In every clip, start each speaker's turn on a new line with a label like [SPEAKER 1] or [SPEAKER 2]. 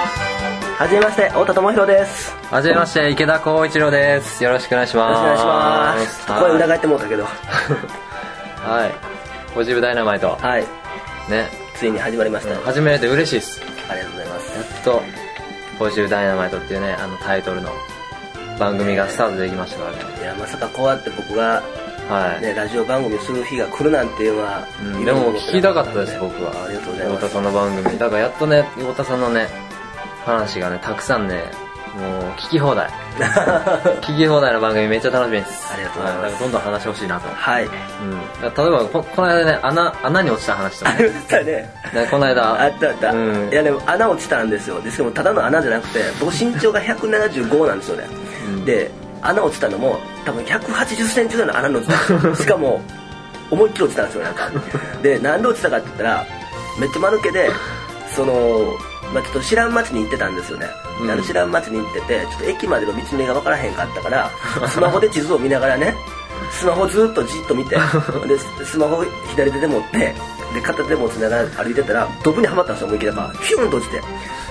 [SPEAKER 1] はじめまして太田智弘ですよ
[SPEAKER 2] はじめまして池田光一郎ですよろしくお願いし
[SPEAKER 1] ろ
[SPEAKER 2] ま
[SPEAKER 1] し
[SPEAKER 2] す
[SPEAKER 1] くお願いしますちょっと声裏返ってもうたけど
[SPEAKER 2] はいポジティブダイナマイト
[SPEAKER 1] はい
[SPEAKER 2] ね
[SPEAKER 1] ついに始まりました、あ
[SPEAKER 2] 始めれて嬉しいです
[SPEAKER 1] りがとうございます
[SPEAKER 2] やっとポジティブダイナマイトっていうねあのタイトルの番組がスタートできましたからね
[SPEAKER 1] いやまさかこうやって僕が、
[SPEAKER 2] はい、
[SPEAKER 1] ね、ラジオ番組する日が来るなんていうのは、
[SPEAKER 2] うんでも聞きたかったです僕は
[SPEAKER 1] ありがとうございま
[SPEAKER 2] 太田
[SPEAKER 1] す
[SPEAKER 2] さんの番組だからやっとね太田さんのね話がねたくさんねもう聞き 放題聞き放題の番組めっちゃ楽しみです
[SPEAKER 1] ありがとうございます
[SPEAKER 2] はだからどんどん話してほしいなと、
[SPEAKER 1] はい
[SPEAKER 2] うん、だから例えばここの間ね穴穴に落ちた話とか
[SPEAKER 1] あ
[SPEAKER 2] ね
[SPEAKER 1] りましたね
[SPEAKER 2] ねこの間
[SPEAKER 1] あったあった、
[SPEAKER 2] うん
[SPEAKER 1] いやでも穴落ちたんですよでしかもただの穴じゃなくて僕身長が175なんですよね、
[SPEAKER 2] うん
[SPEAKER 1] で穴落ちたのも多分1 8 0ンチぐらいの穴に落ち たしかも思いっきり落ちたんですよなんかで何で落ちたかって言ったらめっちゃ間抜けでその、まあ、ちょっと知らん町に行ってたんですよね、
[SPEAKER 2] うん
[SPEAKER 1] であの知らん町に行っててちょっと駅までの道のりが分からへんかったから スマホで地図を見ながらねスマホずーっとじっと見 てでススマホ左手で持ってで片手で持ちながら歩いてたらドブにはまったんですよ思いっきりなんかヒューンと落ちて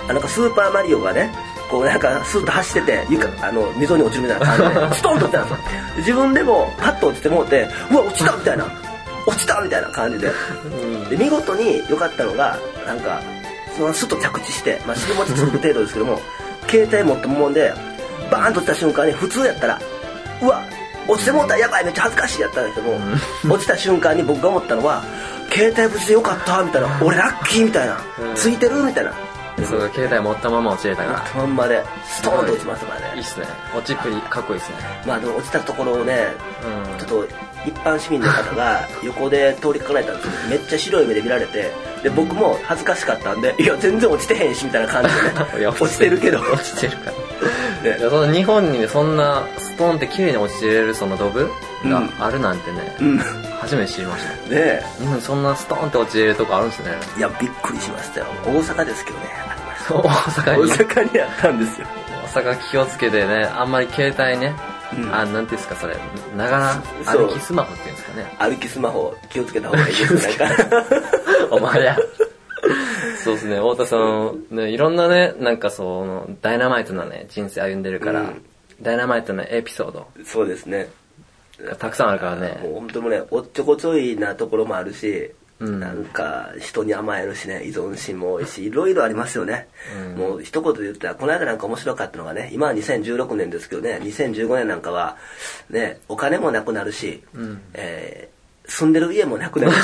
[SPEAKER 1] あなんかスーパーマリオがねこうなんかスーッと走ってて床あの溝に落ちるみたいな感じ でストンと落ちたんですよで自分でもパッと落ちてもうてうわ落ちたみたいな落ちたみたいな感じでで見事に良かったのがなんかそのスッと着地して、まあ、尻餅つく程度ですけども携帯持ったもんでバーンと落ちた瞬間に普通やったらうわ落ちてもうたやばいめっちゃ恥ずかしいやったんだけども、落ちた瞬間に僕が思ったのは携帯無事でよかったみたいな俺ラッキーみたいな、
[SPEAKER 2] ん
[SPEAKER 1] ついてるみたいな
[SPEAKER 2] そう携帯持ったまま落ちれた
[SPEAKER 1] あ
[SPEAKER 2] か
[SPEAKER 1] まんまでストーンと落ちましたから
[SPEAKER 2] らいい
[SPEAKER 1] ね
[SPEAKER 2] っすね落ちっぷりかっこいいっすね
[SPEAKER 1] まあでも落ちたところをね
[SPEAKER 2] うん
[SPEAKER 1] ちょっと一般市民の方が横で通りかかれたんですけどめっちゃ白い目で見られてで僕も恥ずかしかったんで「いや全然落ちてへんし」みたいな感じ
[SPEAKER 2] い
[SPEAKER 1] で、ね、
[SPEAKER 2] や
[SPEAKER 1] 落ちてるけど
[SPEAKER 2] 落ちてるから
[SPEAKER 1] ね
[SPEAKER 2] いやその日本にねそんなストーンって綺麗に落ちれるそのドブがあるなんてね、
[SPEAKER 1] うんね
[SPEAKER 2] 初めて知りました
[SPEAKER 1] え
[SPEAKER 2] 日本にそんなストーンって落ちれるとこあるんですね
[SPEAKER 1] いやびっくりしましたよ大阪ですけどねありました
[SPEAKER 2] 大阪
[SPEAKER 1] 大
[SPEAKER 2] に
[SPEAKER 1] 阪にあったんですよ
[SPEAKER 2] 大阪気をつけてねあんまり携帯ね、
[SPEAKER 1] うん
[SPEAKER 2] あなんていうんですかそれながら
[SPEAKER 1] そう
[SPEAKER 2] 歩きスマホっていうんですかね
[SPEAKER 1] 歩きスマホ気をつけた方がいいですなんか
[SPEAKER 2] お前やそうですね太田さんねいろんなねなんかそのダイナマイトなね人生歩んでるから、
[SPEAKER 1] うん
[SPEAKER 2] ダイナマイトなエピソード
[SPEAKER 1] そうですね
[SPEAKER 2] がたくさんあるから
[SPEAKER 1] もう
[SPEAKER 2] ね
[SPEAKER 1] 本当もねおっちょこちょいなところもあるし、
[SPEAKER 2] うん
[SPEAKER 1] なんか人に甘えるしね依存心も多いしいろいろありますよね、
[SPEAKER 2] うん
[SPEAKER 1] もう一言で言ったらこの間なんか面白かったのがね今は2016年ですけどね2015年なんかはねお金もなくなるし、
[SPEAKER 2] ん
[SPEAKER 1] えー住んでる家もなくなる し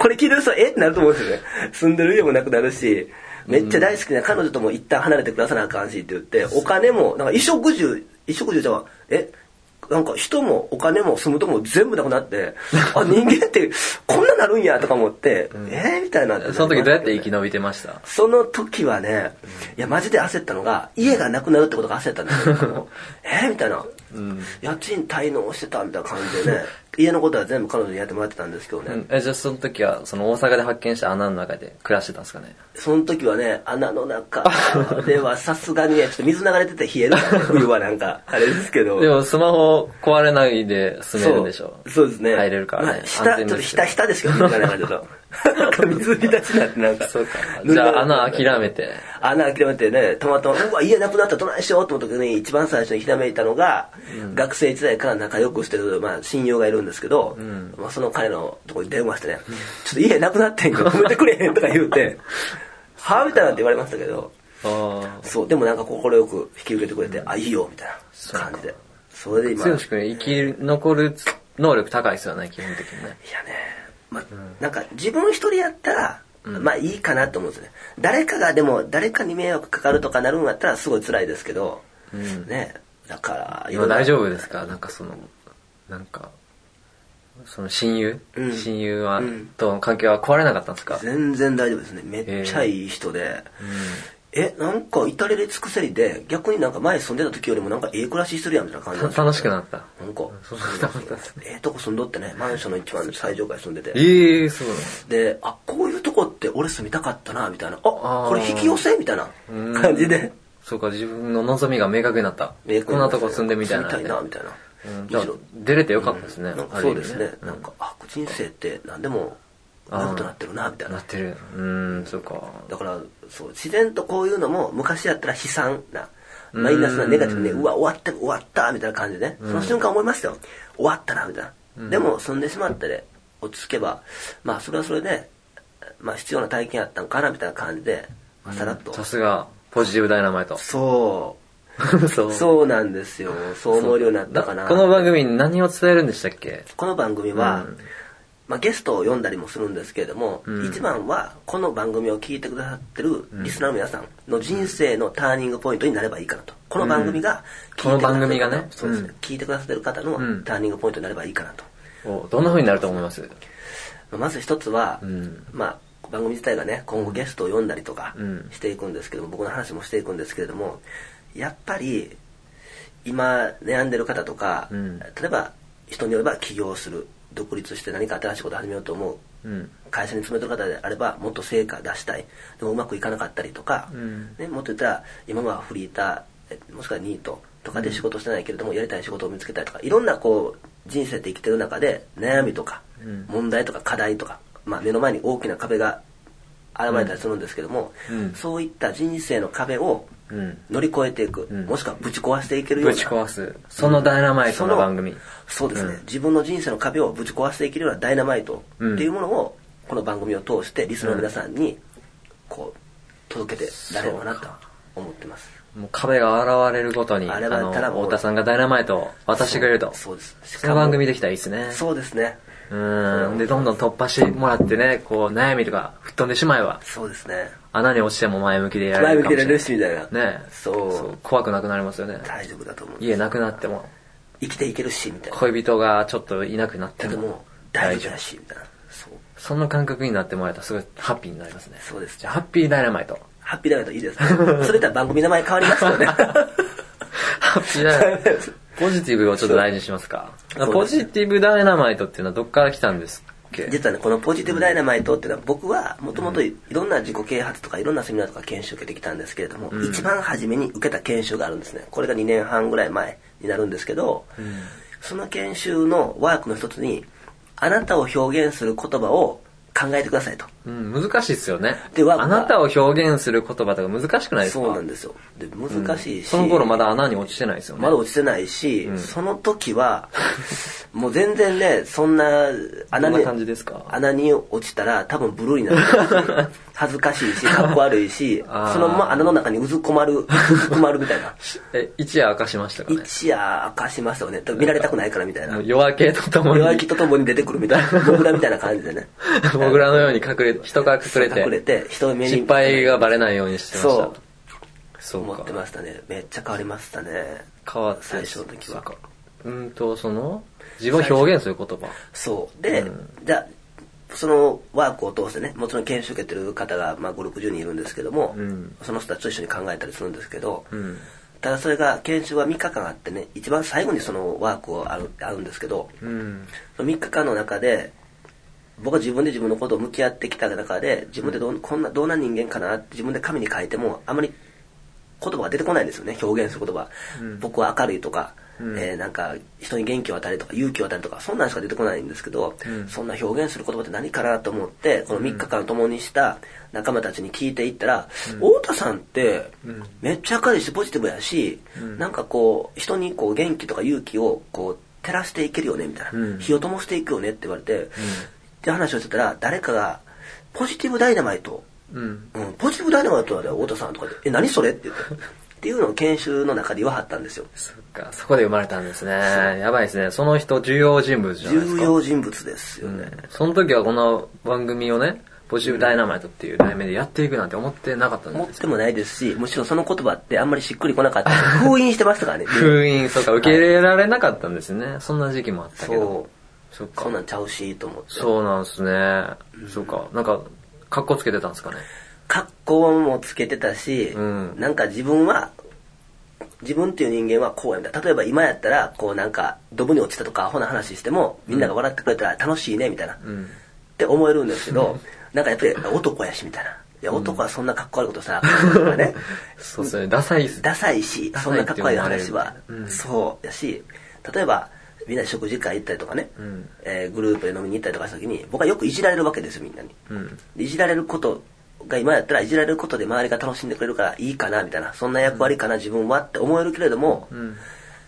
[SPEAKER 1] これ聞いてる人えってなると思うんですよね住んでる家もなくなるしめっちゃ大好きな彼女とも一旦離れてくださなあかんしって言ってお金もなんか衣食住衣食住じゃんえなんか人もお金も住むとこも全部なくなって、 あ、人間ってこんななるんやとか思って、えーみたいな。
[SPEAKER 2] その時どうやって生き延びてました
[SPEAKER 1] その時はね、いや、マジで焦ったのが、家がなくなるってことが焦ったんですよ。えーみたいな。家賃滞納してたみたいな感じでね、家のことは全部彼女にやってもらってたんですけどね。
[SPEAKER 2] うんえじゃあその時はその大阪で発見した穴の中で暮らしてたんですかね
[SPEAKER 1] その時はね、穴の中ではさすがにね、ちょっと水流れてて冷えるからね、冬はなんか、あれですけど。
[SPEAKER 2] でもスマホ壊れないで住めるんでしょ
[SPEAKER 1] そうそうですね
[SPEAKER 2] 入れるからね
[SPEAKER 1] まあ、下
[SPEAKER 2] 安
[SPEAKER 1] ちょ
[SPEAKER 2] 全
[SPEAKER 1] っと
[SPEAKER 2] です
[SPEAKER 1] ひ
[SPEAKER 2] よ
[SPEAKER 1] たひたですけどね なんかちょっとなんか水浸しになってなんか
[SPEAKER 2] そうかじゃあ穴諦めて
[SPEAKER 1] 穴諦めてねたまたま「うわ家なくなったらどないしよう」と思った時に一番最初にひらめいたのが、学生時代から仲良くしてる、まあ、親友がいるんですけど、まあ、その彼のとこに電話してね「ちょっと家なくなってんけど止めてくれへん」とか言うて 「はあ?」みたいなって言われましたけど
[SPEAKER 2] あ
[SPEAKER 1] そうでもなんか快く引き受けてくれて「あいいよ」みたいな感じでそれで
[SPEAKER 2] あ
[SPEAKER 1] 今
[SPEAKER 2] 剛君生き残る能力高いですよね基本的にね
[SPEAKER 1] いやね、まなんか自分一人やったら、まあいいかなと思うんですよね誰かがでも誰かに迷惑かかるとかなるんだったらすごい辛いですけど、ねだから
[SPEAKER 2] 今大
[SPEAKER 1] 夫
[SPEAKER 2] 丈夫ですかなんかそのなんかその親友、
[SPEAKER 1] うん
[SPEAKER 2] 親友は、
[SPEAKER 1] うん
[SPEAKER 2] との関係は壊れなかったんですか
[SPEAKER 1] 全然大丈夫ですねめっちゃいい人で、えなんか至れり尽くせりで逆になんか前住んでた時よりもなんかええ暮らしするやんみたいな感じなんです
[SPEAKER 2] た
[SPEAKER 1] よ
[SPEAKER 2] 楽しくなった
[SPEAKER 1] なんか
[SPEAKER 2] そう楽しかったです
[SPEAKER 1] ええとこ住んどってねマンションの一番最上階住んでて
[SPEAKER 2] ええそうなの
[SPEAKER 1] であこういうとこって俺住みたかったなみたいなあ
[SPEAKER 2] あー
[SPEAKER 1] これ引き寄せみたいな感じで
[SPEAKER 2] そうか自分の望みが明確になった
[SPEAKER 1] ね
[SPEAKER 2] こんなとこ住んでみたいな
[SPEAKER 1] 住みたいなみたい
[SPEAKER 2] うん
[SPEAKER 1] な
[SPEAKER 2] じゃあ出れてよかったですね、
[SPEAKER 1] なんか
[SPEAKER 2] ある
[SPEAKER 1] そ
[SPEAKER 2] 意
[SPEAKER 1] う
[SPEAKER 2] 味
[SPEAKER 1] ですねなんかあ人生って何でも
[SPEAKER 2] あー
[SPEAKER 1] あんなことなってるなみたい
[SPEAKER 2] な
[SPEAKER 1] な
[SPEAKER 2] ってるうーんそうか
[SPEAKER 1] だからそう自然とこういうのも昔やったら悲惨なマイナスなネガティブで
[SPEAKER 2] うん
[SPEAKER 1] うわ終わった終わったみたいな感じでねその瞬間思いましたよ終わったなみたいなでもそんでしまったで落ち着けばまあそれはそれでまあ必要な体験やったんかなみたいな感じでまあさらっと
[SPEAKER 2] さすがポジティブダイナマイト
[SPEAKER 1] そ
[SPEAKER 2] そう
[SPEAKER 1] そうなんですよそう思えるようになったかな
[SPEAKER 2] この番組何を伝えるんでしたっけ
[SPEAKER 1] この番組は、
[SPEAKER 2] うん
[SPEAKER 1] まあ、ゲストを呼んだりもするんですけれども、
[SPEAKER 2] うん
[SPEAKER 1] 一番はこの番組を聞いてくださってるリスナーの皆さんの人生のターニングポイントになればいいかなとこの番組が
[SPEAKER 2] この番組がね
[SPEAKER 1] そうですね、
[SPEAKER 2] うん
[SPEAKER 1] 聞いてくださってる方の
[SPEAKER 2] うん
[SPEAKER 1] ターニングポイントになればいいかなと、
[SPEAKER 2] おどんな風になると思います
[SPEAKER 1] まあまず一つは、
[SPEAKER 2] うん
[SPEAKER 1] まあ、番組自体がね今後ゲストを呼んだりとか
[SPEAKER 2] うん
[SPEAKER 1] していくんですけども、僕の話もしていくんですけれどもやっぱり今悩んでる方とか、
[SPEAKER 2] うん
[SPEAKER 1] 例えば人によれば起業する独立して何か新しいことを始めようと思う
[SPEAKER 2] うん
[SPEAKER 1] 会社に勤めてる方であればもっと成果出したいでもうまくいかなかったりとか、
[SPEAKER 2] うん
[SPEAKER 1] ね、もっと言ったら今はフリーターえもしくはニートとかで仕事してないけれども、やりたい仕事を見つけたいとかいろんなこう人生って生きてる中で悩みとか、
[SPEAKER 2] うん
[SPEAKER 1] 問題とか課題とか、まあ、目の前に大きな壁が現れたりするんですけども、
[SPEAKER 2] うん
[SPEAKER 1] そういった人生の壁を
[SPEAKER 2] うん
[SPEAKER 1] 乗り越えていく、
[SPEAKER 2] うん
[SPEAKER 1] もしくはぶち壊していけるよう
[SPEAKER 2] ぶ
[SPEAKER 1] な
[SPEAKER 2] ち壊すそのダイナマイトの番組
[SPEAKER 1] そのそうですね、
[SPEAKER 2] うん
[SPEAKER 1] 自分の人生の壁をぶち壊していけるようなダイナマイトっていうものを、この番組を通してリスナーの皆さんにこう届けてられればなと思ってます
[SPEAKER 2] もう壁が現れるごとに
[SPEAKER 1] 現
[SPEAKER 2] あ
[SPEAKER 1] れたら
[SPEAKER 2] の
[SPEAKER 1] もう
[SPEAKER 2] 太田さんがダイナマイトを渡してくれると
[SPEAKER 1] そうそうです
[SPEAKER 2] その番組できたらいいですね
[SPEAKER 1] そうですね
[SPEAKER 2] うんでどんどん突破してもらってねこう悩みとか吹っ飛んでしまえば
[SPEAKER 1] そうですね
[SPEAKER 2] 穴に落ちても前向きでやれ
[SPEAKER 1] 前
[SPEAKER 2] る
[SPEAKER 1] 向
[SPEAKER 2] か
[SPEAKER 1] き
[SPEAKER 2] も
[SPEAKER 1] で
[SPEAKER 2] しれ
[SPEAKER 1] や
[SPEAKER 2] な
[SPEAKER 1] れる
[SPEAKER 2] い
[SPEAKER 1] しみたいな
[SPEAKER 2] ね
[SPEAKER 1] そう
[SPEAKER 2] 怖くなくなりますよね
[SPEAKER 1] 大丈夫だと思う
[SPEAKER 2] 家なくなっても
[SPEAKER 1] 生きていけるしみたいな
[SPEAKER 2] 恋人がちょっといなくなって
[SPEAKER 1] けど
[SPEAKER 2] も
[SPEAKER 1] も大丈夫だしみたいなそう
[SPEAKER 2] その感覚になってもらえたらすごいハッピーになりますね
[SPEAKER 1] そうです
[SPEAKER 2] じゃあハッピーダイナマイト
[SPEAKER 1] ハッピーダイエットいいですねそれでは番組名前変わります よね
[SPEAKER 2] ハッピーダ イナマイトポジティブをちょっと大事にしますか
[SPEAKER 1] そう
[SPEAKER 2] ポジティブダイナマイトっていうのはどっから来たんですっけ
[SPEAKER 1] 実はねこのポジティブダイナマイトっていうのは僕はもともといいろんな自己啓発とかいろんなセミナーとか研修を受けてきたんですけれども、
[SPEAKER 2] うん
[SPEAKER 1] 一番初めに受けた研修があるんですねこれが2年半ぐらい前になるんですけど、
[SPEAKER 2] ん
[SPEAKER 1] その研修のワークの一つにあなたを表現する言葉を考えてくださいと
[SPEAKER 2] うん、難しいっすよね
[SPEAKER 1] でわ
[SPEAKER 2] あなたを表現する言葉とか難しくないですか
[SPEAKER 1] そうなん
[SPEAKER 2] で
[SPEAKER 1] ですよで難しいし、
[SPEAKER 2] その頃まだ穴に落ちてないですよね
[SPEAKER 1] まだ落ちてないし、
[SPEAKER 2] ん
[SPEAKER 1] その時 はもう全然ねそんな穴
[SPEAKER 2] どん
[SPEAKER 1] に
[SPEAKER 2] な感じですか
[SPEAKER 1] 穴に落ちたら多分ブルーに なる恥ずかしいしかっこ悪いし
[SPEAKER 2] あー
[SPEAKER 1] そのまま穴の中にうずくまるうずくまるみ たいな
[SPEAKER 2] え一夜明かしましたかね
[SPEAKER 1] 一夜明かしますよね多分見られたくないからみたいな
[SPEAKER 2] 夜明けとともに
[SPEAKER 1] 夜明けとともに出てくるみたい な僕らみたいな感じでね
[SPEAKER 2] 僕らのように隠れ人が隠れて
[SPEAKER 1] 隠れて人目に
[SPEAKER 2] 失敗がバレないようにしてました
[SPEAKER 1] そう
[SPEAKER 2] そう
[SPEAKER 1] 思
[SPEAKER 2] か
[SPEAKER 1] ってましたねめっちゃ変わりましたね
[SPEAKER 2] 変わって
[SPEAKER 1] 最初の時
[SPEAKER 2] そう
[SPEAKER 1] は
[SPEAKER 2] かうんとその自分を表現する言葉
[SPEAKER 1] そうで、じゃあそのワークを通してねもちろん研修受けてる方が、まあ、560人いるんですけども、
[SPEAKER 2] うん
[SPEAKER 1] その人たちと一緒に考えたりするんですけど、
[SPEAKER 2] うん
[SPEAKER 1] ただそれが研修は3日間あってね一番最後にそのワークをあるあるんですけど
[SPEAKER 2] うん
[SPEAKER 1] その3日間の中で僕は自分で自分のことを向き合ってきた中で自分でどうこんなどんな人間かなって自分で紙に書いてもあまり言葉が出てこないんですよね表現する言葉、
[SPEAKER 2] ん
[SPEAKER 1] 僕は明るいとか、
[SPEAKER 2] うん
[SPEAKER 1] えーなんか人に元気を与えるとか勇気を与えるとかそんなんしか出てこないんですけど、
[SPEAKER 2] うん
[SPEAKER 1] そんな表現する言葉って何かなと思ってこの3日間共にした仲間たちに聞いていったら、太田さんって
[SPEAKER 2] うん
[SPEAKER 1] めっちゃ明るいしポジティブやし、
[SPEAKER 2] ん
[SPEAKER 1] なんかこう人にこう元気とか勇気をこう照らしていけるよねみたいな、
[SPEAKER 2] うん
[SPEAKER 1] 火を灯していくよねって言われて、って話をしてたら誰かが「ポジティブダイナマイト」
[SPEAKER 2] うん
[SPEAKER 1] うん「ポジティブダイナマイトなんだよ太田さん」とか言って「え何それ?」って言っ てっていうのを研修の中で言わはったんですよ
[SPEAKER 2] そっかそこで生まれたんですねやばいですねその人重要人物じゃないです
[SPEAKER 1] 重
[SPEAKER 2] か
[SPEAKER 1] 要人物ですよね、
[SPEAKER 2] その時はこの番組をねポジティブダイナマイトっていう題名でやっていくなんて思ってなかったん
[SPEAKER 1] 持っ
[SPEAKER 2] です
[SPEAKER 1] てもないですしむしろその言葉ってあんまりしっくりこなかった封印してましたからね
[SPEAKER 2] 封印そうか受け入れられなかったんですね、そんな時期もあったけ
[SPEAKER 1] そ
[SPEAKER 2] ど
[SPEAKER 1] う
[SPEAKER 2] そっか
[SPEAKER 1] そんなんちゃうしと思って
[SPEAKER 2] そうなんすね。そうか。なんか、格好つけてたんですかね。
[SPEAKER 1] 格好もつけてたし、
[SPEAKER 2] うん
[SPEAKER 1] なんか自分は自分っていう人間はこうやみたいな例えば今やったらこうなんかドブに落ちたとかアホな話してもみんなが笑ってくれたら楽しいねみたいな、
[SPEAKER 2] うん。
[SPEAKER 1] って思えるんですけど、なんかやっぱり男やしみたいな。いや、男はそんなかっこ悪いこと さ、からね、
[SPEAKER 2] そうですね。ダサいっす。
[SPEAKER 1] ダサいし、そんなかっこ悪い話は
[SPEAKER 2] ダサいって思われるう、ん
[SPEAKER 1] そうやし、例えば、みんなで食事会行ったりとかね、
[SPEAKER 2] うん
[SPEAKER 1] えーグループで飲みに行ったりとかした時に僕はよくいじられるわけですみんなに
[SPEAKER 2] うん
[SPEAKER 1] でいじられることが今やったらいじられることで周りが楽しんでくれるからいいかなみたいなそんな役割かな自分はって思えるけれども、
[SPEAKER 2] うん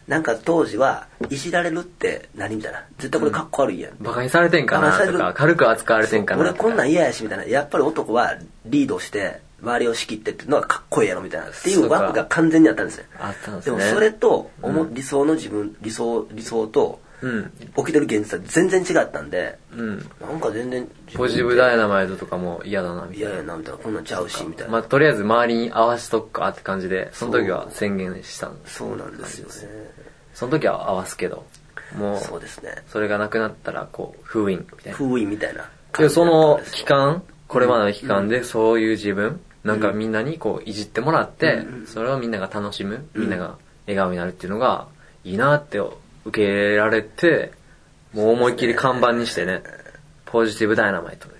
[SPEAKER 1] なんか当時はいじられるって何みたいな絶対これかっこ悪いやん、
[SPEAKER 2] バカにされてんかなとか軽く扱われてんかな
[SPEAKER 1] 俺
[SPEAKER 2] と
[SPEAKER 1] こんなん
[SPEAKER 2] か
[SPEAKER 1] 嫌やしみたいなやっぱり男はリードして周りを仕切ってっていうのはかっこいいやろみたいなっていう枠が完全にあったんですね
[SPEAKER 2] あったんです
[SPEAKER 1] で
[SPEAKER 2] ね
[SPEAKER 1] もそれと、おも理想の自分理想理想と
[SPEAKER 2] うん
[SPEAKER 1] 起きてる現実は全然違ったんで
[SPEAKER 2] うん
[SPEAKER 1] なんか全然自分
[SPEAKER 2] ポジティブダイナマイトとかも嫌だなみた
[SPEAKER 1] 嫌
[SPEAKER 2] い
[SPEAKER 1] や
[SPEAKER 2] な
[SPEAKER 1] なみたいなこんなんちゃうしみたいな、
[SPEAKER 2] まあとりあえず周りに合わしとくかって感じでその時は宣言したんです
[SPEAKER 1] そうなんですよね
[SPEAKER 2] その時は合わすけども
[SPEAKER 1] そう
[SPEAKER 2] う
[SPEAKER 1] ですね
[SPEAKER 2] それがなくなったらこう封印みたいな
[SPEAKER 1] 封印みたいな
[SPEAKER 2] でその期
[SPEAKER 1] 感
[SPEAKER 2] 間これまでの期間でそういう自分、なんかみんなにこういじってもらって、それをみんなが楽しむ、みんなが笑顔になるっていうのがいいなって受け入れられてもう思いっきり看板にしてねポジティブダイナマイトで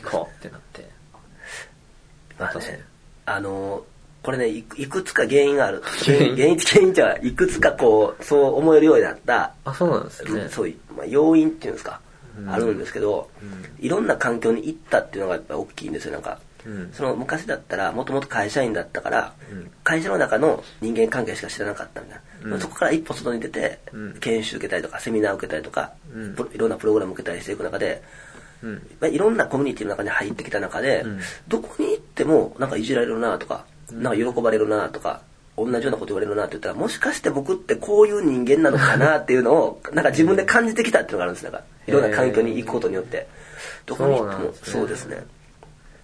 [SPEAKER 2] 行こうってなって
[SPEAKER 1] だったんですよね
[SPEAKER 2] そうですね
[SPEAKER 1] まあねあのこれねいくいくつか原因がある原
[SPEAKER 2] 原
[SPEAKER 1] 因
[SPEAKER 2] 因
[SPEAKER 1] 原因原因じゃないいくつかこうそう思えるようになった
[SPEAKER 2] あそうなんですよね
[SPEAKER 1] そういう、まあ、要因っていうんですか、
[SPEAKER 2] うん
[SPEAKER 1] あるんですけど、いろんな環境に行ったっていうのがやっぱ大きいんですよなんか、
[SPEAKER 2] うん
[SPEAKER 1] その昔だったらもともと会社員だったから、
[SPEAKER 2] うん
[SPEAKER 1] 会社の中の人間関係しか知らなかったみたいな、
[SPEAKER 2] うん
[SPEAKER 1] そこから一歩外に出て、
[SPEAKER 2] うん
[SPEAKER 1] 研修受けたりとかセミナー受けたりとか、
[SPEAKER 2] うん
[SPEAKER 1] プロいろんなプログラム受けたりしていく中で、
[SPEAKER 2] うん
[SPEAKER 1] まあ、いろんなコミュニティの中に入ってきた中で、
[SPEAKER 2] うん
[SPEAKER 1] どこに行ってもなんかいじられるなとか、なんか喜ばれるなとか、同じようなこと言われるなって言ったら、もしかして僕ってこういう人間なのかなっていうの を、なんか自分で感じてきたっていうのがあるんですよ。なんかいろんな環境に行くことによって。どこに行っても、そ
[SPEAKER 2] そ
[SPEAKER 1] で
[SPEAKER 2] ううなんですす
[SPEAKER 1] ね。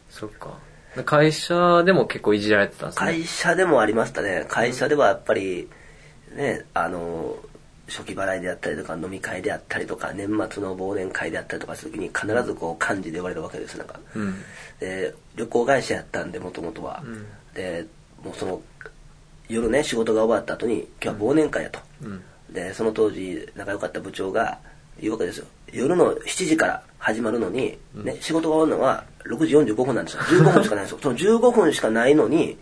[SPEAKER 2] そっかで会社でも結構いじられてたんですね
[SPEAKER 1] 会社でもありましたね。会社ではやっぱり、ね、あの、初期払いであったりとか、飲み会であったりとか、年末の忘年会であったりとかするときに、必ずこう、漢字で言われるわけです。なんか。
[SPEAKER 2] うん
[SPEAKER 1] で旅行会社やったんでもともとは、
[SPEAKER 2] うん
[SPEAKER 1] でもうその夜ね仕事が終わった後に今日は忘年会やと、
[SPEAKER 2] うん
[SPEAKER 1] でその当時仲良かった部長が言うわけですよ夜の7時から始まるのに、ね仕事が終わるのは6時45分なんですよ15分しかないんです よその15分しかないのに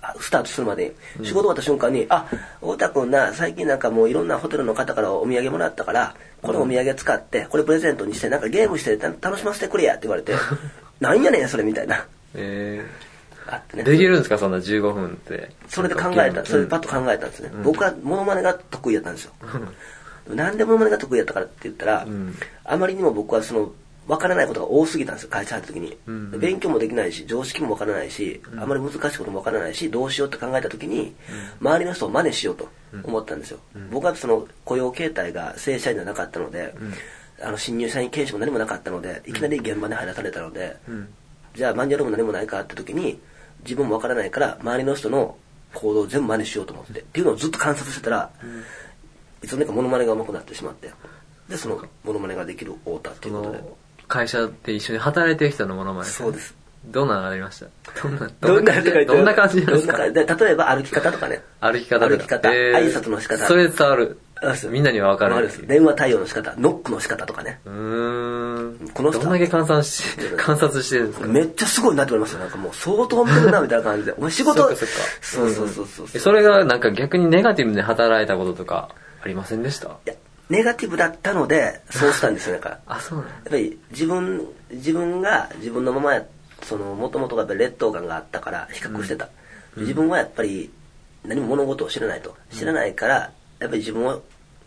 [SPEAKER 1] あスタートするまでに仕事終わった瞬間に「あ太田君な最近なんかもういろんなホテルの方からお土産もらったからこのお土産使ってこれプレゼントにしてなんかゲームしてた楽しませてくれや」って言わ れて「なんやねんそれ」みたいな
[SPEAKER 2] え
[SPEAKER 1] あって
[SPEAKER 2] ー、
[SPEAKER 1] ね
[SPEAKER 2] できるんですかそんな15分って
[SPEAKER 1] それで考えた、それでパッ
[SPEAKER 2] と
[SPEAKER 1] と考えたんですね。僕はモノマネが得意やったんですよ。なんでモノマネが得意やったからって言ったら、
[SPEAKER 2] うん
[SPEAKER 1] あまりにも僕はその、わからないことが多すぎたんですよ、会社入った時に。
[SPEAKER 2] うんうん
[SPEAKER 1] 勉強もできないし、常識もわからないし、あまり難しいこともわからないし、どうしようって考えた時に、周りの人を真似しようと思ったんですよ。僕はその雇用形態が正社員じゃなかったので、あの新入社員研修も何もなかったので、いきなり現場に入らされたので、
[SPEAKER 2] うん
[SPEAKER 1] じゃあマニュアルも何もないかって時に自分もわからないから周りの人の行動を全部真似しようと思ってっていうのをずっと観察してたら、いつの間にかモノマネが上手くなってしまってでそのモノマネができる太田って
[SPEAKER 2] そ
[SPEAKER 1] いうことで
[SPEAKER 2] の会社で一緒に働いてる人のものまで
[SPEAKER 1] そうです
[SPEAKER 2] どんなのありましたどんな
[SPEAKER 1] どんな
[SPEAKER 2] 感じどんな感じなんです
[SPEAKER 1] ど
[SPEAKER 2] か
[SPEAKER 1] んな感じで例えば歩き方とかね
[SPEAKER 2] 歩き方
[SPEAKER 1] 歩
[SPEAKER 2] とか
[SPEAKER 1] き方
[SPEAKER 2] えー
[SPEAKER 1] 挨拶の仕方
[SPEAKER 2] それ伝わる
[SPEAKER 1] あそう
[SPEAKER 2] みんなには分かる
[SPEAKER 1] わ
[SPEAKER 2] う
[SPEAKER 1] です電話対応の仕方ノックの仕方とかね
[SPEAKER 2] ーん
[SPEAKER 1] この人
[SPEAKER 2] どんだけ観察し観察してるんですか
[SPEAKER 1] めっちゃすごいなって思いましたなんかもう相当見てるなみたいな感じでお前仕事
[SPEAKER 2] そっかそっか
[SPEAKER 1] そうそうそうそう
[SPEAKER 2] えそれがなんか逆にネガティブで働いたこととかありませんでした
[SPEAKER 1] いやネガティブだったのでそうしたんですよ だから
[SPEAKER 2] あそうなんだ
[SPEAKER 1] やっぱり自分自分が自分のままやそのもともとがやっぱり劣等感があったから比較してた、自分はやっぱり何も物事を知らないと知らないからやっぱり自分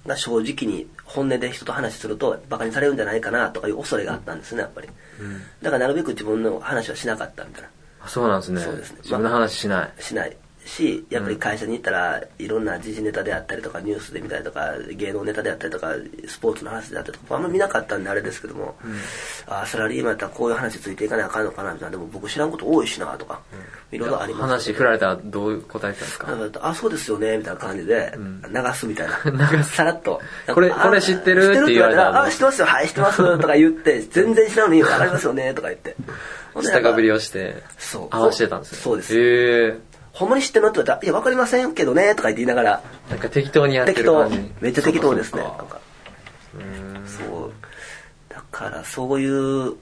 [SPEAKER 1] が正直に本音で人と話するとバカにされるんじゃないかなとかいう恐れがあったんですねやっぱり、だからなるべく自分の話はしなかったみたいな
[SPEAKER 2] あそうなんですね
[SPEAKER 1] そうですね
[SPEAKER 2] 自分の話しない、
[SPEAKER 1] しないしやっぱり会社に行ったらいろんな時事ネタであったりとかニュースで見たりとか芸能ネタであったりとかスポーツの話であったりとかあんま見なかったんであれですけども、ああサラリーマンやったらこういう話ついていかなあかんのかなみたいなでも僕知らんこと多いしなとか、いろいろあります
[SPEAKER 2] 話振られたらどう答えてたんですか
[SPEAKER 1] なんかあそうですよねみたいな感じで流すみたいな、
[SPEAKER 2] 流す
[SPEAKER 1] さらっと
[SPEAKER 2] これ
[SPEAKER 1] あ
[SPEAKER 2] これ知ってる
[SPEAKER 1] 知ってるって言われた
[SPEAKER 2] って言われたら
[SPEAKER 1] らあ知ってますよはい知って ますとか言って全然知らんのに分かりますよねとか言ってほんで
[SPEAKER 2] 下かぶりをして
[SPEAKER 1] そう
[SPEAKER 2] 合わせてたんですよ
[SPEAKER 1] そうです
[SPEAKER 2] へえ
[SPEAKER 1] ほんまに知ってんのって言われたら、いや、わかりませんけどね、とか言って言いながら、
[SPEAKER 2] なんか適当にやって
[SPEAKER 1] 適
[SPEAKER 2] る
[SPEAKER 1] 当
[SPEAKER 2] 感じ。
[SPEAKER 1] めっちゃ適当ですね。
[SPEAKER 2] そ
[SPEAKER 1] な
[SPEAKER 2] うんか
[SPEAKER 1] か。そう。だから、そういう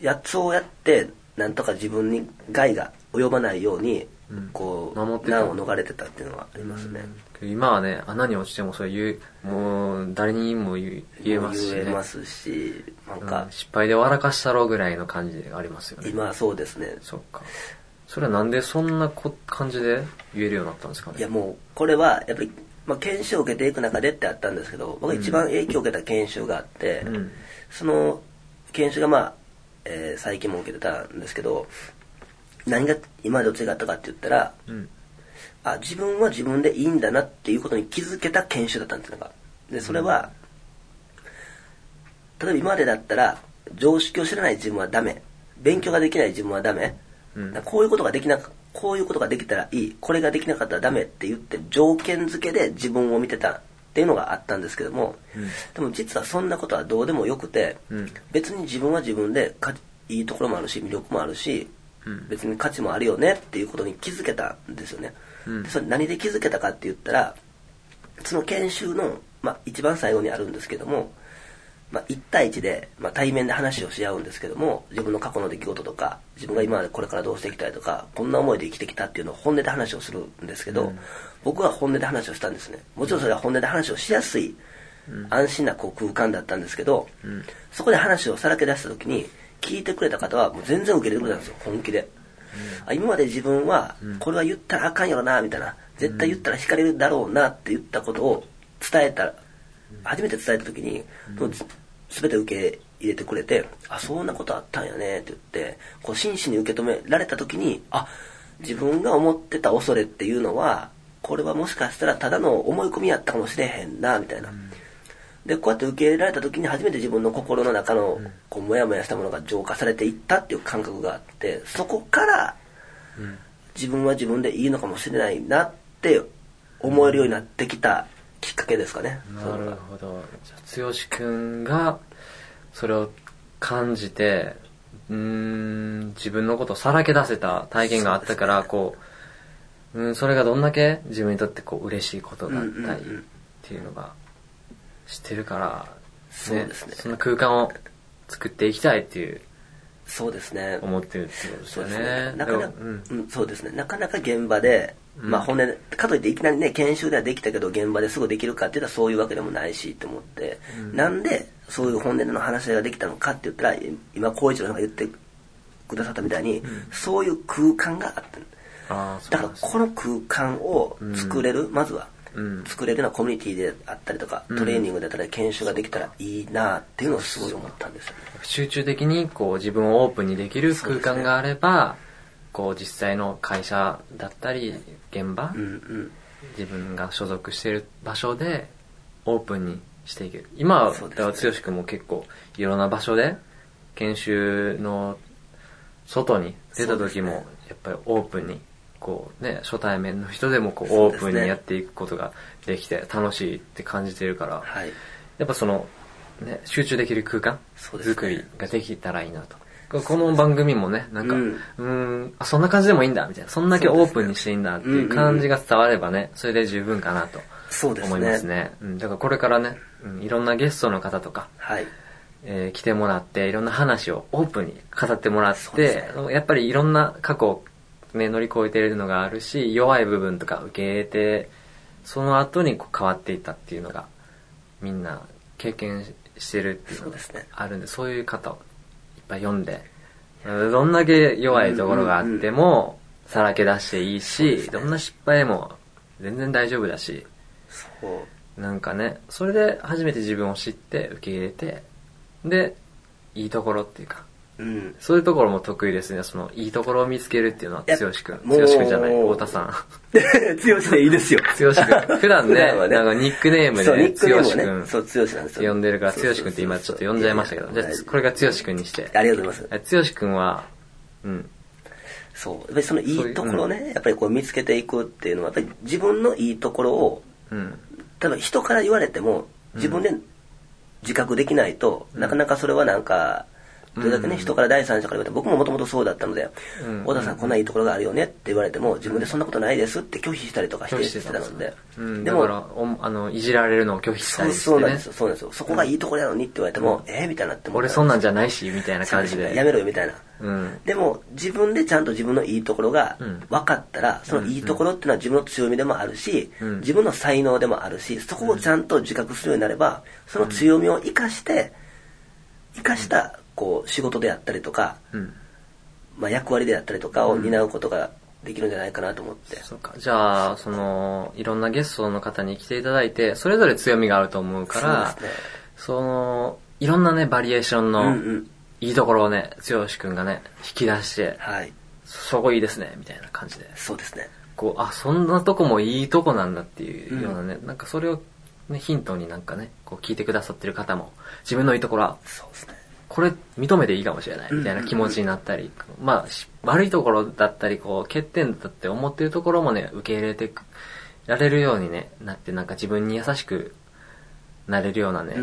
[SPEAKER 1] やつをやって、なんとか自分に害が及ばないように、こう、
[SPEAKER 2] 守ってた
[SPEAKER 1] 難を逃れてたっていうのはありますね。
[SPEAKER 2] 今はね、穴に落ちてもそれ言う、もう誰にも言う言えますしね。
[SPEAKER 1] 言えますしなん
[SPEAKER 2] う
[SPEAKER 1] か
[SPEAKER 2] ん、失敗で笑かしたろうぐらいの感じがありますよね。
[SPEAKER 1] 今はそうですね
[SPEAKER 2] そっか。それはなんでそんなこ感じで言えるようになったんですかね。
[SPEAKER 1] いやもうこれはやっぱり、まあ、研修を受けていく中でってあったんですけど僕一番影響を受けた研修があって、
[SPEAKER 2] うん
[SPEAKER 1] その研修がまあ、えー最近も受けてたんですけど何が今までと違ったかって言ったら
[SPEAKER 2] うん。
[SPEAKER 1] あ自分は自分でいいんだなっていうことに気づけた研修だったんですなんかでそれは、例えば今までだったら常識を知らない自分はダメ勉強ができない自分はダメ、
[SPEAKER 2] うん
[SPEAKER 1] だからこういうことができなかこういうことができたらいいこれができなかったらダメって言って条件付けで自分を見てたっていうのがあったんですけども、
[SPEAKER 2] うん
[SPEAKER 1] でも実はそんなことはどうでもよくて、
[SPEAKER 2] うん
[SPEAKER 1] 別に自分は自分でかいいところもあるし魅力もあるし、
[SPEAKER 2] うん
[SPEAKER 1] 別に価値もあるよねっていうことに気づけたんですよね、
[SPEAKER 2] うん
[SPEAKER 1] でそれ何で気づけたかって言ったらその研修の、まあ、一番最後にあるんですけども、まあ、1対1で、まあ、対面で話をし合うんですけども自分の過去の出来事とか自分が今までこれからどうしていきたいとかこんな思いで生きてきたっていうのを本音で話をするんですけど、
[SPEAKER 2] うん
[SPEAKER 1] 僕は本音で話をしたんですねもちろんそれは本音で話をしやすい、安心なこう空間だったんですけど、
[SPEAKER 2] ん
[SPEAKER 1] そこで話をさらけ出した時に聞いてくれた方はもう全然受け入れてくれたんですよ本気で、あ今まで自分はこれは言ったらあかんよなみたいな絶対言ったら惹かれるだろうなって言ったことを伝えたら初めて伝えた時に、もう全て受け入れてくれてあそんなことあったんやねって言ってこう真摯に受け止められた時にあ自分が思ってた恐れっていうのはこれはもしかしたらただの思い込みやったかもしれへんなみたいな、でこうやって受け入れられた時に初めて自分の心の中のこうモヤモヤしたものが浄化されていったっていう感覚があってそこから自分は自分でいいのかもしれないなって思えるようになってきたきっかけですかね。
[SPEAKER 2] なるほど。じゃあ、剛くんが、それを感じて、うーん、自分のことをさらけ出せた体験があったから、こう、うん、それがどんだけ自分にとってこう嬉しいことだったり
[SPEAKER 1] うんうんうん
[SPEAKER 2] っていうのが知ってるから、
[SPEAKER 1] そうですね
[SPEAKER 2] その空間を作っていきたいっていう
[SPEAKER 1] そうですね。
[SPEAKER 2] 思ってるってことです
[SPEAKER 1] そう
[SPEAKER 2] よ
[SPEAKER 1] ですね
[SPEAKER 2] ね。。
[SPEAKER 1] なかな
[SPEAKER 2] で
[SPEAKER 1] か
[SPEAKER 2] も、うん、
[SPEAKER 1] うんそうですね。なかなか現場で、
[SPEAKER 2] うん
[SPEAKER 1] まあ本音で、かといっていきなりね、研修ではできたけど、現場ですぐできるかって言ったらそういうわけでもないしって思って、なんでそういう本音での話し合いができたのかって言ったら、い今、光一郎さんが言ってくださったみたいに、そういう空間があった。
[SPEAKER 2] ああ、そ
[SPEAKER 1] だ
[SPEAKER 2] う
[SPEAKER 1] から
[SPEAKER 2] なんですね
[SPEAKER 1] この空間を作れる、まずは、
[SPEAKER 2] うん
[SPEAKER 1] 作れるのはコミュニティであったりとか、トレーニングであったり研修ができたらいいなっていうのをすごい思ったんですよね
[SPEAKER 2] 集中的にこう自分をオープンにできる空間があれば、こう実際の会社だったり現場、
[SPEAKER 1] うんうん
[SPEAKER 2] 自分が所属している場所でオープンにしていける今は
[SPEAKER 1] そうですね
[SPEAKER 2] 剛君も結構いろんな場所で研修の外に出た時もやっぱりオープンにこうね初対面の人でもこう
[SPEAKER 1] そう
[SPEAKER 2] オ
[SPEAKER 1] で
[SPEAKER 2] ー
[SPEAKER 1] すね
[SPEAKER 2] プンにやっていくことができて楽しいって感じてるから、
[SPEAKER 1] はい
[SPEAKER 2] やっぱその、ね、集中できる空間
[SPEAKER 1] そうですね
[SPEAKER 2] 作りができたらいいなと。ここの番組もね、なんか、
[SPEAKER 1] う
[SPEAKER 2] うんーん、あ、そんな感じでもいいんだ、みたいな。そんだけオープンにしていいんだっていう感じが伝わればね、それで十分かなと
[SPEAKER 1] そうですね
[SPEAKER 2] 思いますね。うん、だからこれからね、うんいろんなゲストの方とか、
[SPEAKER 1] はい
[SPEAKER 2] えー来てもらって、いろんな話をオープンに語ってもらっ
[SPEAKER 1] そうで
[SPEAKER 2] て
[SPEAKER 1] す、
[SPEAKER 2] やっぱりいろんな過去をね、乗り越えているのがあるし、弱い部分とか受け入れて、その後にこう変わっていったっていうのが、みんな経験ししてるっていう
[SPEAKER 1] そう
[SPEAKER 2] のが
[SPEAKER 1] ですね
[SPEAKER 2] あるんで、そういう方をいっぱい読んで、どんだけ弱いところがあっても、さらけ出していい
[SPEAKER 1] そうで
[SPEAKER 2] し、
[SPEAKER 1] すね
[SPEAKER 2] どんな失敗も全然大丈夫だし、
[SPEAKER 1] そう
[SPEAKER 2] なんかね、それで初めて自分を知って、受け入れて、で、いいところっていうか、
[SPEAKER 1] うん
[SPEAKER 2] そういうところも得意ですね。その、いいところを見つけるっていうのは、
[SPEAKER 1] いや
[SPEAKER 2] 剛くん。
[SPEAKER 1] もう
[SPEAKER 2] 剛くんじゃない、太田さん。
[SPEAKER 1] 強しでいいですよ
[SPEAKER 2] 剛くん。普段 ね、
[SPEAKER 1] 普段はね
[SPEAKER 2] なんかニックネーム
[SPEAKER 1] そうニ
[SPEAKER 2] で、
[SPEAKER 1] ックネームを
[SPEAKER 2] 剛く
[SPEAKER 1] ね
[SPEAKER 2] ん
[SPEAKER 1] そう強しなんですよ
[SPEAKER 2] 呼んでるから、剛
[SPEAKER 1] そうそう
[SPEAKER 2] くんって今ちょっと呼んじゃいましたけど、じゃあ、これが剛くんにして。
[SPEAKER 1] ありがとうございます
[SPEAKER 2] え剛くんは、うん。
[SPEAKER 1] そうやっぱりそのいいところをねやっぱりこう見つけていくっていうのはやっぱり自分のいいところを
[SPEAKER 2] うん。
[SPEAKER 1] 多分人から言われても自分で自覚できないと、なかなかそれはなんかどれだけね、
[SPEAKER 2] うん
[SPEAKER 1] 人から第三者から言われて僕ももともとそうだったので
[SPEAKER 2] う
[SPEAKER 1] 「
[SPEAKER 2] ん
[SPEAKER 1] 小田さんこんないいところがあるよね」って言われても自分で「そんなことないです」って拒否したりとか否定してたので
[SPEAKER 2] うん、
[SPEAKER 1] で
[SPEAKER 2] だからおあのいじられるのを拒否し
[SPEAKER 1] そ
[SPEAKER 2] た
[SPEAKER 1] う
[SPEAKER 2] りして、
[SPEAKER 1] そう
[SPEAKER 2] ね、
[SPEAKER 1] なんですよそうなんですよそこがいいところやのにって言われても「えーみたいになっても
[SPEAKER 2] 俺そんなんじゃないしみたいな感じ
[SPEAKER 1] や
[SPEAKER 2] で
[SPEAKER 1] めろよみたいな
[SPEAKER 2] うん
[SPEAKER 1] でも自分でちゃんと自分のいいところが
[SPEAKER 2] うん
[SPEAKER 1] 分かったら、そのいいところっていうのは自分の強みでもあるし、
[SPEAKER 2] うん
[SPEAKER 1] 自分の才能でもあるしそこをちゃんと自覚するようになればその強みを生かして生かしたこう仕事であったりとか、
[SPEAKER 2] うん
[SPEAKER 1] まあ、役割であったりとかを担うことができるんじゃないかなと思って、
[SPEAKER 2] そうかじゃあそのいろんなゲストの方に来ていただいてそれぞれ強みがあると思うから
[SPEAKER 1] そうですね
[SPEAKER 2] そのいろんなねバリエーショ
[SPEAKER 1] う
[SPEAKER 2] ン
[SPEAKER 1] んう
[SPEAKER 2] の
[SPEAKER 1] ん
[SPEAKER 2] いいところをね剛君がね引き出して
[SPEAKER 1] はい
[SPEAKER 2] そこいいですねみたいな感じで
[SPEAKER 1] そうですね
[SPEAKER 2] こうあそんなとこもいいとこなんだっていうようなね、なんかそれを、ね、ヒントになんかねこう聞いてくださってる方も自分のいいところは
[SPEAKER 1] そうですね
[SPEAKER 2] これ認めていいかもしれないみたいな気持ちになったり、まあし悪いところだったりこう欠点だって思ってるところもね受け入れてくられるようにねなってなんか自分に優しくなれるようなね、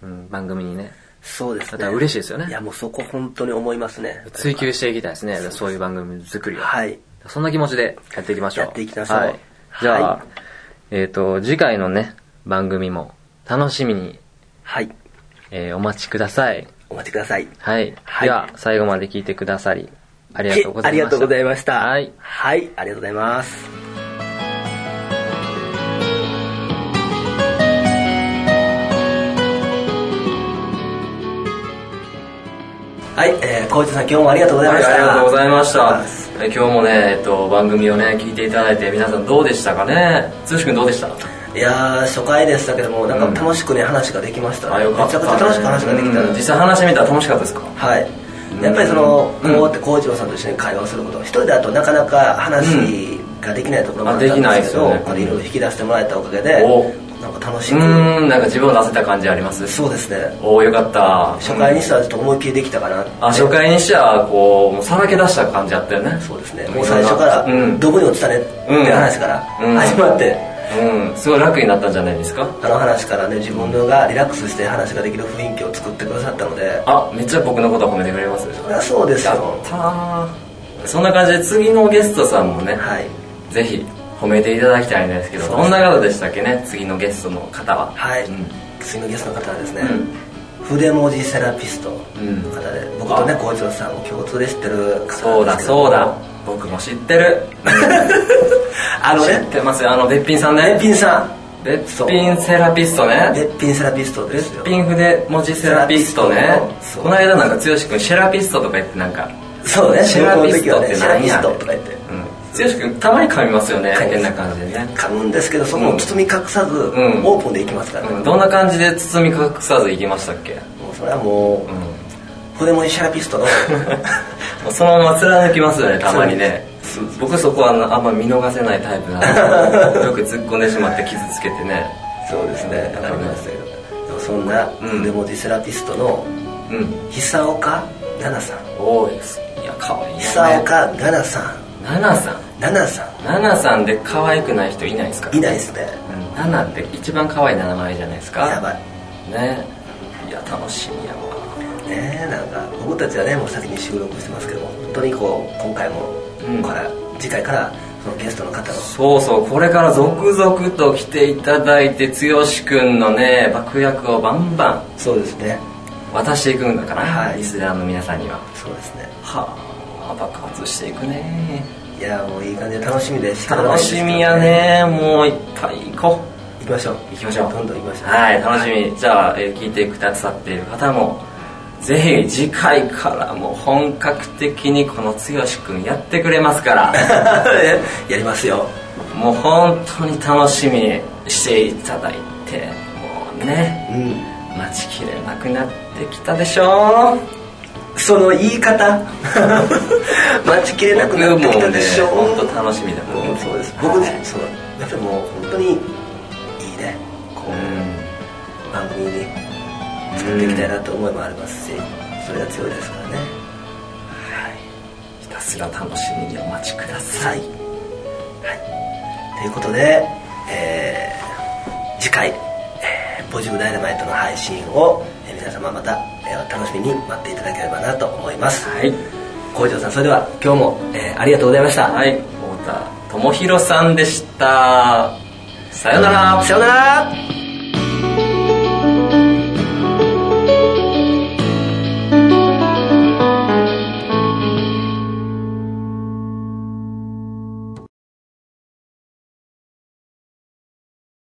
[SPEAKER 1] う
[SPEAKER 2] うん
[SPEAKER 1] ん
[SPEAKER 2] 番組にね
[SPEAKER 1] そうです
[SPEAKER 2] だっ
[SPEAKER 1] ね
[SPEAKER 2] たら嬉しいですよ
[SPEAKER 1] いや
[SPEAKER 2] ね
[SPEAKER 1] もうそこ本当に思いますね
[SPEAKER 2] 追求していきたいですね
[SPEAKER 1] そう
[SPEAKER 2] そう
[SPEAKER 1] です
[SPEAKER 2] いう番組作りを、
[SPEAKER 1] はい
[SPEAKER 2] そんな気持ちでやっていきましょう
[SPEAKER 1] やっていきましょう
[SPEAKER 2] はい、じゃあ、
[SPEAKER 1] はい
[SPEAKER 2] えっ、と次回のね番組も楽しみに、
[SPEAKER 1] はい
[SPEAKER 2] えーお待ちください
[SPEAKER 1] お待ちください
[SPEAKER 2] はい。
[SPEAKER 1] はい
[SPEAKER 2] では、最後まで聞いてくださり、ありがとうござ
[SPEAKER 1] あ
[SPEAKER 2] いました。
[SPEAKER 1] りがとうございました。
[SPEAKER 2] はい。
[SPEAKER 1] はい、ありがとうございます。はい、えー、小内さん今日もありがとうございました。
[SPEAKER 2] ありがとうございました。え今日もね、えっと、番組をね、聞いていただいて、皆さんどうでしたかねつしくんどうでした
[SPEAKER 1] いやー、初回でしたけども、なんか楽しくね、話ができましたね。めちゃくちゃ楽しく話ができた
[SPEAKER 2] うん
[SPEAKER 1] ので
[SPEAKER 2] 実際話してみたら楽しかったですか
[SPEAKER 1] はい。やっぱりその、こうやって幸一郎さんと一緒に会話をすること、一人だとなかなか話ができないところもあったん
[SPEAKER 2] あできない
[SPEAKER 1] で
[SPEAKER 2] ですす
[SPEAKER 1] けど、
[SPEAKER 2] よね
[SPEAKER 1] あのいろいろ引き出してもらえたおかげで
[SPEAKER 2] お、
[SPEAKER 1] なんか楽し
[SPEAKER 2] う
[SPEAKER 1] く、
[SPEAKER 2] ーん、なんか自分を出せた感じあります
[SPEAKER 1] そうですね、
[SPEAKER 2] おおよかった。
[SPEAKER 1] 初回にしてはちょっと思いっきりできたかなって
[SPEAKER 2] あ、初回にしては、こう、もうさらけ出した感じあったよね。
[SPEAKER 1] そうですね、もう最初から
[SPEAKER 2] うん、。
[SPEAKER 1] どこに落ちたねっていう話から
[SPEAKER 2] うん
[SPEAKER 1] 始まって、
[SPEAKER 2] うん、すごい楽になったんじゃないですか
[SPEAKER 1] あの話からね、自分がリラックスして話ができる雰囲気を作ってくださったので、
[SPEAKER 2] あ、めっちゃ僕のこと褒めてくれます
[SPEAKER 1] そりゃそうです
[SPEAKER 2] や
[SPEAKER 1] よ
[SPEAKER 2] っ。たーそんな感じで次のゲストさんもね、
[SPEAKER 1] はい。
[SPEAKER 2] ぜひ褒めていただきたいんですけど
[SPEAKER 1] そうです
[SPEAKER 2] どんな方でしたっけね次のゲストの方は
[SPEAKER 1] はい、
[SPEAKER 2] うん
[SPEAKER 1] 次のゲストの方はですね、
[SPEAKER 2] うん
[SPEAKER 1] 筆文字セラピストの方で、僕とね
[SPEAKER 2] あ
[SPEAKER 1] 校長さんも共通で知ってる方なんですけど
[SPEAKER 2] そうだそうだ僕も知ってる
[SPEAKER 1] あの
[SPEAKER 2] 知
[SPEAKER 1] ね
[SPEAKER 2] ってますよあのべっぴんさん
[SPEAKER 1] べっ
[SPEAKER 2] ね
[SPEAKER 1] ぴんさん
[SPEAKER 2] べっぴんセラピスト
[SPEAKER 1] べ
[SPEAKER 2] ね
[SPEAKER 1] っぴんセラピストです
[SPEAKER 2] べっ
[SPEAKER 1] よ
[SPEAKER 2] ぴん筆文字セラピストね
[SPEAKER 1] そう
[SPEAKER 2] この間なんか剛君シェラピストとか言ってなんか
[SPEAKER 1] そうね
[SPEAKER 2] シェラピストって
[SPEAKER 1] シェラ
[SPEAKER 2] 何
[SPEAKER 1] ピ
[SPEAKER 2] や
[SPEAKER 1] ストとか言って
[SPEAKER 2] うん剛君たまに噛みますよね
[SPEAKER 1] 噛みます
[SPEAKER 2] 変な感じでね
[SPEAKER 1] 噛むんですけどそこを包み隠さず、
[SPEAKER 2] ん
[SPEAKER 1] オープンでいきますからね、
[SPEAKER 2] うんどんな感じで包み隠さずいきましたっけ
[SPEAKER 1] もうそれはもう、
[SPEAKER 2] うん
[SPEAKER 1] 筆文字セラピス トの
[SPEAKER 2] もうそのまま貫きますよねたまにね
[SPEAKER 1] そうです
[SPEAKER 2] 僕そこはあのあんま見逃せないタイプ なんでよく突っ込んでしまって傷つけてね
[SPEAKER 1] そうですねわかりましたけどでもそんな
[SPEAKER 2] うん
[SPEAKER 1] 筆文字セラピストの
[SPEAKER 2] うん
[SPEAKER 1] 久岡奈々さん
[SPEAKER 2] おおいや可愛い
[SPEAKER 1] 久
[SPEAKER 2] よね
[SPEAKER 1] 岡奈々さん
[SPEAKER 2] ナナさん
[SPEAKER 1] 奈々さん
[SPEAKER 2] ナナさんで可愛くない人いないですか
[SPEAKER 1] いないですね
[SPEAKER 2] うんナナって一番可愛い名前じゃないですか
[SPEAKER 1] やばい
[SPEAKER 2] ねいや楽しみやわ
[SPEAKER 1] ねえなんか僕たちはねもう先に収録してますけど本当にこう今回も、
[SPEAKER 2] うん
[SPEAKER 1] から次回からそのゲストの方の
[SPEAKER 2] そうそうこれから続々と来ていただいて剛君のね爆薬をバンバン
[SPEAKER 1] そうですね
[SPEAKER 2] 渡していくんだから、
[SPEAKER 1] はい
[SPEAKER 2] リスナーの皆さんには
[SPEAKER 1] そうですね
[SPEAKER 2] はあ爆発していくね
[SPEAKER 1] いやもういい感じで楽しみで仕方ない
[SPEAKER 2] 楽
[SPEAKER 1] ですけ
[SPEAKER 2] し
[SPEAKER 1] ど
[SPEAKER 2] みやねもういっぱい行こ
[SPEAKER 1] 行きましょう
[SPEAKER 2] う行きましょう
[SPEAKER 1] どんどん行きましょう
[SPEAKER 2] はい楽しみじゃあ、えー聞いてくださっている方もぜひ次回からもう本格的にこの剛くんやってくれますから
[SPEAKER 1] やりますよ
[SPEAKER 2] もう本当に楽しみにしていただいてもうね
[SPEAKER 1] うん
[SPEAKER 2] 待ちきれなくなってきたでしょ
[SPEAKER 1] その言い方 待ちきれなくなってきたでしょ
[SPEAKER 2] 僕もね本当楽しみだと思う
[SPEAKER 1] うんそうです僕ねそうやっぱりもう本当にいいねこう番組に作っていきたいなと思いもありますしそれが強いですからね
[SPEAKER 2] ひたすら楽しみにお待ちください
[SPEAKER 1] はい、はい、ということで、えー次回「えー、ポジブダイナマイト」の配信を、えー皆様また、えーお楽しみに待っていただければなと思います
[SPEAKER 2] はい。
[SPEAKER 1] 工場さんそれでは今日も、えーありがとうございました、
[SPEAKER 2] はい。太田智弘さんでした。さよなら。
[SPEAKER 1] さようなら